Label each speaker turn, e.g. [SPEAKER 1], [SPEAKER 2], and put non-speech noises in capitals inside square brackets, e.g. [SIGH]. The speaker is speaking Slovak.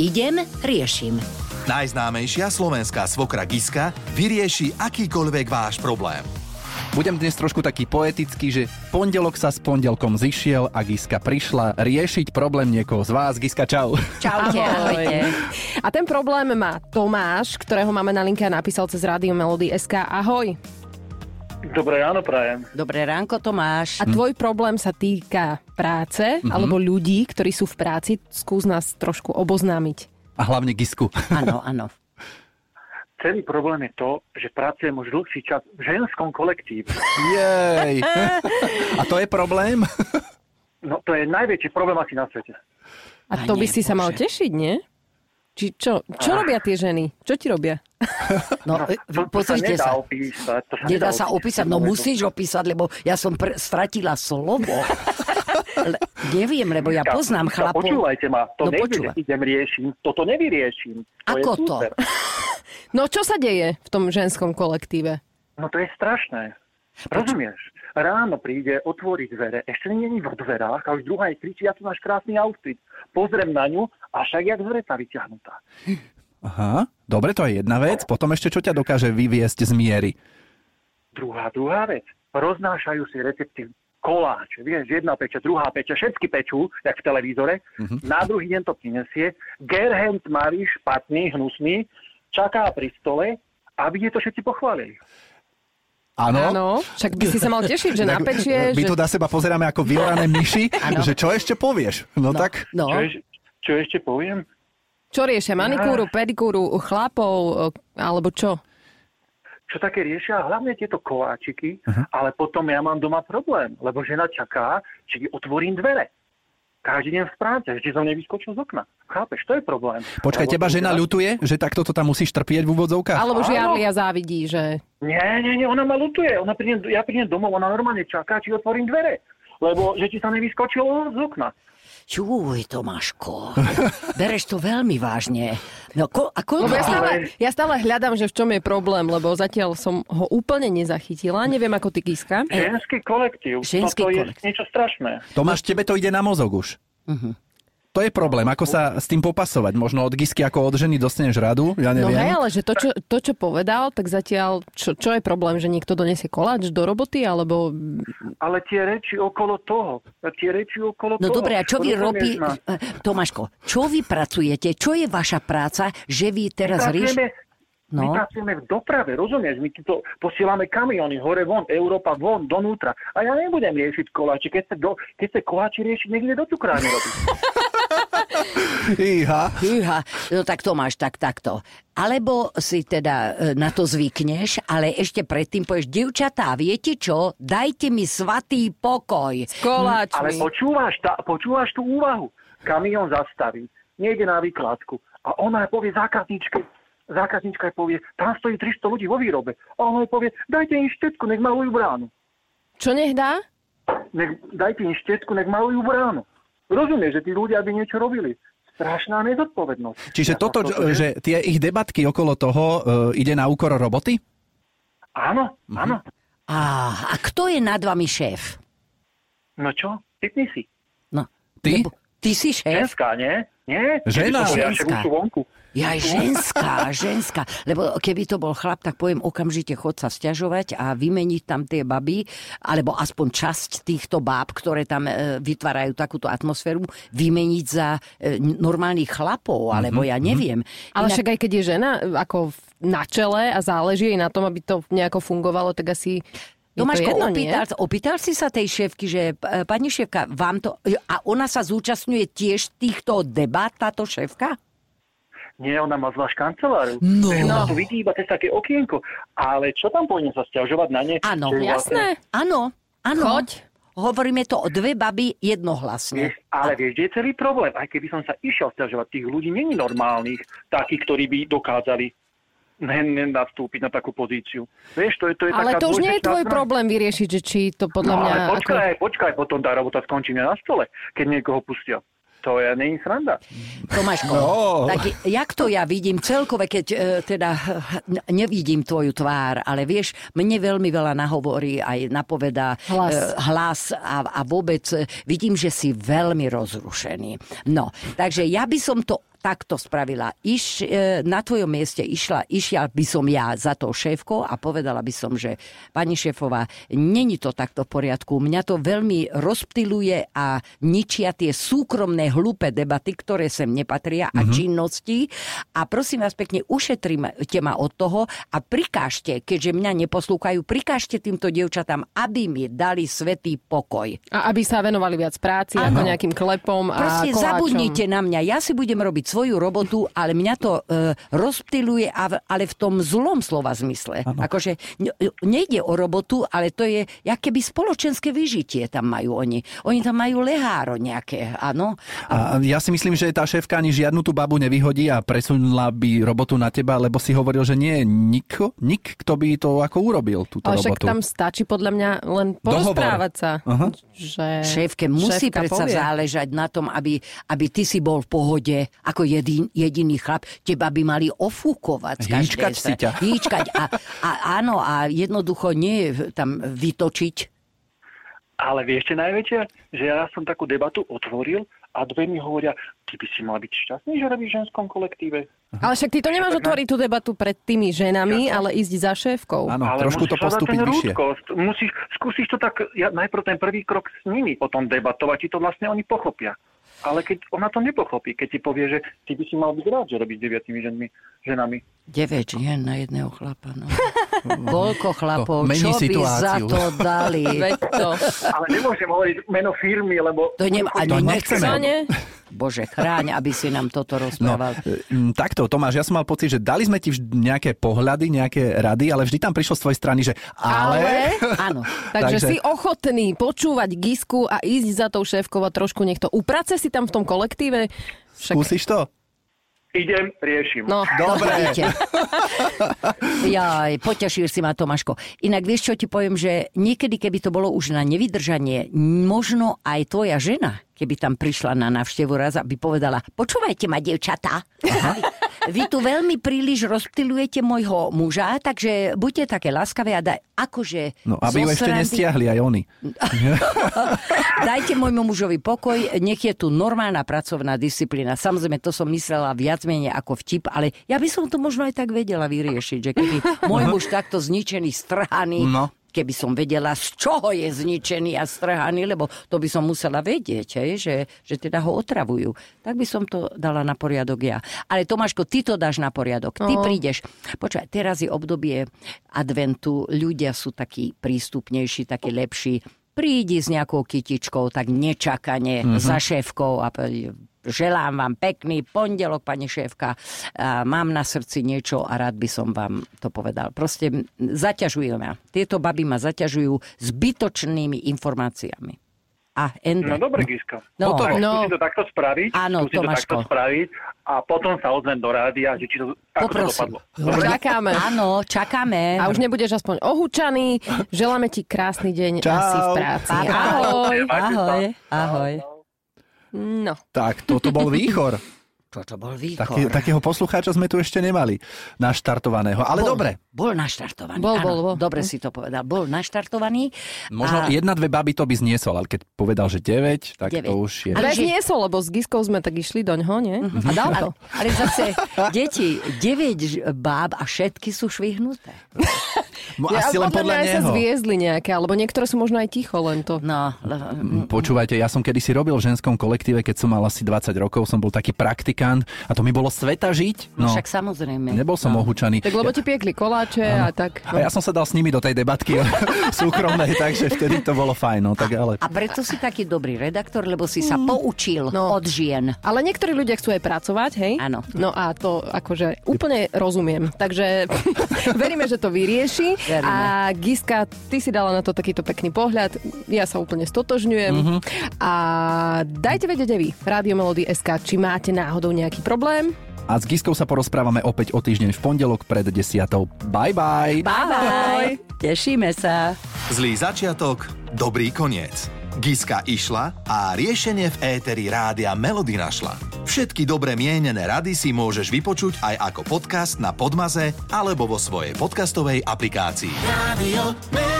[SPEAKER 1] Idem, riešim.
[SPEAKER 2] Najznámejšia slovenská svokra Giska vyrieši akýkoľvek váš problém.
[SPEAKER 3] Budem dnes trošku taký poetický, že pondelok sa s pondelkom zišiel a Giska prišla riešiť problém niekoho z vás. Giska, čau.
[SPEAKER 4] Čaute,
[SPEAKER 1] Ahoj.
[SPEAKER 4] ahojte. A ten problém má Tomáš, ktorého máme na linke a napísal cez rádio Melody SK. Ahoj.
[SPEAKER 5] Dobré ráno prajem.
[SPEAKER 1] Dobré ránko, Tomáš.
[SPEAKER 4] A tvoj problém sa týka práce mm-hmm. alebo ľudí, ktorí sú v práci. Skús nás trošku oboznámiť.
[SPEAKER 3] A hlavne Gisku.
[SPEAKER 1] Áno, áno.
[SPEAKER 5] Celý problém je to, že pracujem už dlhší čas v ženskom kolektíve.
[SPEAKER 3] Jej. A to je problém?
[SPEAKER 5] No to je najväčší problém asi na svete.
[SPEAKER 4] A
[SPEAKER 1] Aj
[SPEAKER 4] to by
[SPEAKER 1] nie,
[SPEAKER 4] si sa mal
[SPEAKER 1] Bože.
[SPEAKER 4] tešiť, nie? Či čo, čo robia tie ženy? Čo ti robia?
[SPEAKER 6] No, e,
[SPEAKER 5] To, to sa
[SPEAKER 6] pozrite
[SPEAKER 5] nedá
[SPEAKER 6] sa.
[SPEAKER 5] opísať. To sa
[SPEAKER 6] Nedá sa opísať, no
[SPEAKER 5] Človeku.
[SPEAKER 6] musíš opísať, lebo ja som pr- stratila slovo.
[SPEAKER 5] [LAUGHS]
[SPEAKER 6] Le- neviem, lebo ja
[SPEAKER 5] Ka-
[SPEAKER 6] poznám
[SPEAKER 5] ka-
[SPEAKER 6] chlapov.
[SPEAKER 5] No, Počúvajte ma,
[SPEAKER 6] No,
[SPEAKER 5] to no, nejde,
[SPEAKER 6] počúvaj.
[SPEAKER 5] že idem riešim. Toto nevyriešim. To
[SPEAKER 6] Ako
[SPEAKER 5] je
[SPEAKER 6] to?
[SPEAKER 5] super.
[SPEAKER 4] No čo sa deje v tom ženskom kolektíve?
[SPEAKER 5] No to je strašné. Rozumieš? Ráno príde, otvorí dvere, ešte není vo dverách a už druhá je kričí, ja tu máš krásny outfit. Pozriem na ňu a však jak z vreca vyťahnutá.
[SPEAKER 3] Aha. Dobre, to je jedna vec. Potom ešte, čo ťa dokáže vyviesť z miery?
[SPEAKER 5] Druhá, druhá vec. Roznášajú si recepty koláč. Vieš, jedna peče, druhá peče, všetky pečú, jak v televízore.
[SPEAKER 3] Mhm.
[SPEAKER 5] Na druhý deň to prinesie. Gerhent Marí špatný, hnusný, čaká pri stole, aby je to všetci pochválili.
[SPEAKER 3] Áno.
[SPEAKER 4] Áno, však by si sa mal tešiť, že
[SPEAKER 3] No. [LAUGHS] Tak
[SPEAKER 4] napečie,
[SPEAKER 3] My
[SPEAKER 4] že...
[SPEAKER 3] tu na seba pozeráme ako vyorané myši,
[SPEAKER 6] Áno.
[SPEAKER 3] že čo ešte povieš? No, tak,
[SPEAKER 6] No,
[SPEAKER 5] Čo, eš- čo ešte poviem?
[SPEAKER 4] Čo riešia? Manikúru, pedikúru, chlapov, e, alebo čo?
[SPEAKER 5] čo také riešia, hlavne tieto koláčiky,
[SPEAKER 3] Mhm.
[SPEAKER 5] uh-huh. ale potom ja mám doma problém, lebo žena čaká, či jej otvorím dvere. Každý deň v práce, vždy som nevyskočil z okna. Chápeš, to je problém.
[SPEAKER 3] počkaj,
[SPEAKER 5] Lebo
[SPEAKER 3] teba
[SPEAKER 5] som
[SPEAKER 3] žena
[SPEAKER 5] teraz-
[SPEAKER 3] ľutuje, že takto to tam musíš trpieť v úvodzovkách?
[SPEAKER 4] Alebo že
[SPEAKER 5] Áno.
[SPEAKER 4] Jarlia závidí, že...
[SPEAKER 5] Nie, nie, nie, ona ma ľutuje. Ona príde, ja prídem domov, ona normálne čaká, či otvorím dvere. Lebo, že ti sa nevyskočilo z okna.
[SPEAKER 6] čuj, Tomáško, bereš to veľmi vážne. No, ko- a koľko
[SPEAKER 4] Lebo ja
[SPEAKER 6] ty-
[SPEAKER 4] stále, ja stále hľadám, že v čom je problém, lebo zatiaľ som ho úplne nezachytila. Neviem, ako ty kíska.
[SPEAKER 5] Ženský kolektív.
[SPEAKER 6] Ženský
[SPEAKER 5] toto
[SPEAKER 6] kolektív.
[SPEAKER 5] je niečo strašné.
[SPEAKER 3] Tomáš, tebe to ide na mozog už.
[SPEAKER 4] Mhm.
[SPEAKER 3] To je problém, ako sa s tým popasovať. Možno od Gisky ako od ženy dostaneš radu, ja
[SPEAKER 4] No hej,
[SPEAKER 3] neviem.
[SPEAKER 4] ale že to čo, to, čo povedal, tak zatiaľ, čo, čo je problém, že niekto donesie koláč do roboty, alebo...
[SPEAKER 5] Ale tie reči okolo toho. Tie reči okolo
[SPEAKER 6] No
[SPEAKER 5] toho.
[SPEAKER 6] dobre, a čo vy robí...
[SPEAKER 5] rozumieš ma?
[SPEAKER 6] Tomáško, čo vy pracujete? Čo je vaša práca, že vy teraz rieš...
[SPEAKER 5] Pracujeme- My
[SPEAKER 6] No.
[SPEAKER 5] pracujeme v doprave, rozumieš? My tu to posielame kamiony hore von, Európa von, donútra. A ja nebudem riešiť koláče. Keď sa, do, keď sa koláče riešiť, niekde do cukrárne robiť.
[SPEAKER 3] Iha.
[SPEAKER 6] Hýha, no tak to máš tak, takto. Alebo si teda e, na to zvykneš, ale ešte predtým povieš, dievčatá, viete čo, dajte mi svatý pokoj.
[SPEAKER 4] Koláč
[SPEAKER 5] Ale počúvaš, tá, počúvaš tú úvahu. Kamión zastaví, nejde na výkladku. A ona povie zákazničke, zákaznička jej povie, tam stojí 300 ľudí vo výrobe. A ona jej povie, dajte im štetku, nech malujú bránu.
[SPEAKER 4] Čo nech dá?
[SPEAKER 5] Nech, dajte im štetku, nech malujú bránu. Rozumieš, že tí ľudia by niečo robili. Strašná nezodpovednosť.
[SPEAKER 3] Čiže
[SPEAKER 5] Ja
[SPEAKER 3] toto,
[SPEAKER 5] som
[SPEAKER 3] že tie ich debatky okolo toho e, ide na úkor roboty?
[SPEAKER 5] Áno,
[SPEAKER 3] Mhm.
[SPEAKER 5] áno.
[SPEAKER 6] Á, a kto je nad vami šéf?
[SPEAKER 5] No čo? Typni si.
[SPEAKER 6] No,
[SPEAKER 3] Ty?
[SPEAKER 6] lebo ty si šéf?
[SPEAKER 5] Ženská, nie? Nie?
[SPEAKER 3] Žena.
[SPEAKER 5] Keď to povedia, že
[SPEAKER 6] Ženská.
[SPEAKER 5] už sú vonku.
[SPEAKER 6] Ja ženská, ženská. Lebo keby to bol chlap, tak poviem okamžite chod sa sťažovať a vymeniť tam tie baby, alebo aspoň časť týchto báb, ktoré tam e, vytvárajú takúto atmosféru, vymeniť za e, normálnych chlapov, alebo ja neviem.
[SPEAKER 4] Ale však aj keď je žena e, ako v- na čele a záleží jej na tom, aby to nejako fungovalo, tak asi... je
[SPEAKER 6] Tomáško,
[SPEAKER 4] to jedno, nie?
[SPEAKER 6] opýtal, opýtal si sa tej šéfky, že e, pani šéfka, vám to... e, A ona sa zúčastňuje tiež týchto debát, táto šéfka?
[SPEAKER 5] Nie, ona má zvlášť kanceláru.
[SPEAKER 6] No.
[SPEAKER 5] Takže Ona to vidí iba cez také okienko. Ale čo tam pôjdem sa sťažovať na ne?
[SPEAKER 6] Áno.
[SPEAKER 5] Že vlastne-
[SPEAKER 4] Jasné.
[SPEAKER 6] Áno, áno.
[SPEAKER 4] Eh. Choď.
[SPEAKER 6] Hovoríme to o dve baby
[SPEAKER 5] Vieš,
[SPEAKER 6] jednohlasne.
[SPEAKER 5] ale vieš, kde je celý problém? Aj keby som sa išiel sťažovať, tých ľudí není normálnych, takých, ktorí by dokázali len len nastúpiť na takú pozíciu. Vieš, to je, to je
[SPEAKER 4] Ale
[SPEAKER 5] taká
[SPEAKER 4] to už nie je
[SPEAKER 5] dvojsečná
[SPEAKER 4] tvoj
[SPEAKER 5] zbraň.
[SPEAKER 4] problém vyriešiť, že či to podľa
[SPEAKER 5] No,
[SPEAKER 4] mňa...
[SPEAKER 5] ale
[SPEAKER 4] ako-
[SPEAKER 5] počkaj, počkaj, potom tá robota skončí na stole, keď niekoho pustia. To je není sranda.
[SPEAKER 6] Tomáško,
[SPEAKER 3] No.
[SPEAKER 6] tak jak to ja vidím celkové, keď e, teda n- nevidím tvoju tvár, ale vieš, mne veľmi veľa nahovorí, aj napovedá
[SPEAKER 4] Hlas.
[SPEAKER 6] e, hlas a, a vôbec e, vidím, že si veľmi rozrušený. No, takže ja by som to takto spravila. Iš, e, na tvojom mieste išla, išla by som ja za tou šéfkou a povedala by som, že pani šéfová, není to takto v poriadku. Mňa to veľmi rozptiluje a ničia tie súkromné hlúpe debaty, ktoré sem nepatria a činnosti. A prosím vás pekne, ušetrite ma od toho a prikážte, keďže mňa neposlúchajú, prikážte týmto dievčatám, aby mi dali svetý pokoj.
[SPEAKER 4] A aby sa venovali viac práci, ako nejakým klepom a
[SPEAKER 6] Proste
[SPEAKER 4] koláčom.
[SPEAKER 6] zabudnite na mňa, ja si budem robiť svoju robotu, ale mňa to e, rozptiluje, a v- ale v tom zlom slova zmysle. Akože ne- nejde o robotu, ale to je, jak keby spoločenské vyžitie tam majú oni. Oni tam majú leháro nejaké, áno.
[SPEAKER 3] A ja si myslím, že tá šéfka ani žiadnu tú babu nevyhodí a presunula by robotu na teba, lebo si hovoril, že nie je niko, nik, kto by to ako urobil, túto
[SPEAKER 4] Ale však
[SPEAKER 3] robotu.
[SPEAKER 4] tam stačí podľa mňa len porozprávať sa.
[SPEAKER 3] Aha.
[SPEAKER 4] Že
[SPEAKER 6] Šéfke musí
[SPEAKER 4] E, šéfka
[SPEAKER 6] predsa
[SPEAKER 4] povie.
[SPEAKER 6] záležať na tom, aby, aby ty si bol v pohode ako jedin, jediný chlap. Teba by mali ofúkovať. z každej
[SPEAKER 3] Hýčkať si
[SPEAKER 6] strany.
[SPEAKER 3] ťa.
[SPEAKER 6] Hýčkať. A, a, áno, a jednoducho nie tam vytočiť
[SPEAKER 5] Ale vieš, čo je najväčšie? Že ja raz som takú debatu otvoril a dve mi hovoria, ty by si mala byť šťastný, že robíš v ženskom kolektíve.
[SPEAKER 4] Ale však ty to nemáš otvoriť tú debatu pred tými ženami, ale ísť za šéfkou.
[SPEAKER 3] Áno, No,
[SPEAKER 5] ale
[SPEAKER 3] trošku to
[SPEAKER 5] musíš hľadať
[SPEAKER 3] postúpiť
[SPEAKER 5] ten
[SPEAKER 3] vyššie.
[SPEAKER 5] Rúdkosť. Musíš, skúsiš to tak, ja, najprv ten prvý krok s nimi, potom debatovať, ti to vlastne oni pochopia. Ale keď ona to nepochopí, keď ti povie, že ty by si mal byť rád, že robíš s deviatými ženmi, ženami.
[SPEAKER 6] 9 žien na jedného chlapa,
[SPEAKER 3] [LAUGHS]
[SPEAKER 6] no. Koľko chlapov,
[SPEAKER 3] To mení
[SPEAKER 6] čo by
[SPEAKER 3] situáciu.
[SPEAKER 6] za to dali?
[SPEAKER 4] Veď to.
[SPEAKER 5] Ale nemôžem hovoriť meno firmy, lebo...
[SPEAKER 6] To ne, a ne,
[SPEAKER 3] nechceme.
[SPEAKER 4] No
[SPEAKER 6] nechcem.
[SPEAKER 3] [LAUGHS]
[SPEAKER 4] nie?
[SPEAKER 6] Bože, chráň, aby si nám toto
[SPEAKER 3] No,
[SPEAKER 6] rozprával.
[SPEAKER 3] m, takto, Tomáš, ja som mal pocit, že dali sme ti vždy nejaké pohľady, nejaké rady, ale vždy tam prišlo z tvojej strany, že ale...
[SPEAKER 4] Ale...
[SPEAKER 6] Áno.
[SPEAKER 4] Takže,
[SPEAKER 3] Takže-
[SPEAKER 4] si ochotný počúvať Gisku a ísť za tou šéfkou a trošku nech to uprace si tam v tom kolektíve. Však
[SPEAKER 3] Skúsiš to?
[SPEAKER 5] Idem, riešim.
[SPEAKER 4] No,
[SPEAKER 3] Dobre.
[SPEAKER 6] Vidíte. Jaj, poťašil si ma Tomáško. Inak vieš, čo ti poviem, že niekedy, keby to bolo už na nevydržanie, možno aj tvoja žena, keby tam prišla na návštevu raz, aby povedala, počúvajte ma, devčatá, vy, vy tu veľmi príliš rozptilujete môjho muža, takže buďte také láskavé a daj, akože
[SPEAKER 3] No, aby ju
[SPEAKER 6] zo
[SPEAKER 3] ešte
[SPEAKER 6] srandy-
[SPEAKER 3] nestiahli aj
[SPEAKER 4] [LAUGHS]
[SPEAKER 3] oni.
[SPEAKER 6] [LAUGHS] Dajte môjmu mužovi pokoj, nech je tu normálna pracovná disciplína. Samozrejme, to som myslela viac menej ako vtip, ale ja by som to možno aj tak vedela vyriešiť, že keby môj muž takto zničený, strhaný,
[SPEAKER 3] No.
[SPEAKER 6] keby som vedela, z čoho je zničený a strhaný, lebo to by som musela vedieť, hej, že, že teda ho otravujú. Tak by som to dala na poriadok ja. Ale Tomáško, ty to dáš na poriadok. Ty
[SPEAKER 4] No.
[SPEAKER 6] prídeš. Počkaj, teraz je obdobie adventu, ľudia sú takí prístupnejší, takí lepší. Prídi s nejakou kytičkou, tak nečakane, za šéfkou a povedz, želám vám pekný pondelok, pani šéfka. A mám na srdci niečo a rád by som vám to povedal. Proste m, zaťažujú ma. Tieto baby ma zaťažujú zbytočnými informáciami. A
[SPEAKER 5] No
[SPEAKER 6] ende.
[SPEAKER 5] dobre, Giska.
[SPEAKER 6] No.
[SPEAKER 5] tak
[SPEAKER 4] No.
[SPEAKER 5] skúsim to takto spraviť.
[SPEAKER 6] Áno,
[SPEAKER 5] skúsim to
[SPEAKER 6] Tomáško.
[SPEAKER 5] takto spraviť a potom sa ozvem do rádia, že či to, ako to
[SPEAKER 6] Poprosím.
[SPEAKER 5] dopadlo.
[SPEAKER 4] čakáme.
[SPEAKER 6] Áno, čakáme.
[SPEAKER 4] A už nebudeš aspoň ohúčaný. Želáme ti krásny deň
[SPEAKER 3] Čau.
[SPEAKER 4] a si v práci.
[SPEAKER 6] Pa, pa.
[SPEAKER 4] Ahoj.
[SPEAKER 6] Ahoj, ahoj.
[SPEAKER 4] No.
[SPEAKER 3] Tak, toto bol výchor.
[SPEAKER 6] Čo to bol výkor?
[SPEAKER 3] Také, takého poslucháča sme tu ešte nemali naštartovaného. Ale
[SPEAKER 6] bol,
[SPEAKER 3] dobre,
[SPEAKER 6] Bol naštartovaný.
[SPEAKER 4] Bol,
[SPEAKER 6] áno,
[SPEAKER 4] bol, bol.
[SPEAKER 6] Dobre si to povedal. Bol naštartovaný. a...
[SPEAKER 3] možno jedna, dve baby to by zniesol, ale keď povedal, že 9, tak
[SPEAKER 6] Deväť.
[SPEAKER 3] to už je...
[SPEAKER 4] Ale
[SPEAKER 6] že- Mhm.
[SPEAKER 4] nie lebo s Giskou sme tak išli doňho, nie? A dal to.
[SPEAKER 6] Ale, ale zase, deti, 9 ž- báb a všetky sú švihnuté.
[SPEAKER 3] Mo-
[SPEAKER 4] Ja,
[SPEAKER 3] Asi len podľa
[SPEAKER 4] mňa aj sa
[SPEAKER 3] neho. Mm.
[SPEAKER 4] zviezli nejaké, alebo niektoré sú možno aj ticho len to.
[SPEAKER 6] No,
[SPEAKER 4] Mm.
[SPEAKER 6] le-
[SPEAKER 3] Počúvajte, ja som kedysi robil v ženskom kolektíve, keď som mal asi 20 rokov, som bol taký praktikant a to mi bolo sveta žiť.
[SPEAKER 6] no.
[SPEAKER 3] No,
[SPEAKER 6] však samozrejme.
[SPEAKER 3] nebol som ohúčaný.
[SPEAKER 4] No. Tak lebo ti piekli koláče a tak.
[SPEAKER 3] A ja som sa dal s nimi do tej debatky [LAUGHS] súkromnej, takže vtedy to bolo fajn. No, tak ale...
[SPEAKER 6] A preto si taký dobrý redaktor, lebo si sa poučil
[SPEAKER 4] No.
[SPEAKER 6] od žien.
[SPEAKER 4] Ale niektorí ľudia chcú aj pracovať, hej?
[SPEAKER 6] Áno.
[SPEAKER 4] No a to akože úplne rozumiem. Takže [LAUGHS] veríme, že to vyrieši.
[SPEAKER 6] Veríme.
[SPEAKER 4] A Giska, ty si dala na to takýto pekný pohľad. Ja sa úplne stotožňujem.
[SPEAKER 3] Mhm.
[SPEAKER 4] A dajte vedieť aj vy, Rádio Melody SK, či máte náhodou nejaký problém.
[SPEAKER 3] A s Giskou sa porozprávame opäť o týždeň v pondelok pred 10. Bye bye!
[SPEAKER 6] Bye, bye. Tešíme sa.
[SPEAKER 2] Zlý začiatok, dobrý koniec.
[SPEAKER 3] Giska išla a riešenie v éteri rádia Melody našla. Všetky dobre mienené rady si môžeš vypočuť aj ako podcast na Podmaze alebo vo svojej podcastovej aplikácii.
[SPEAKER 7] Radio Melody.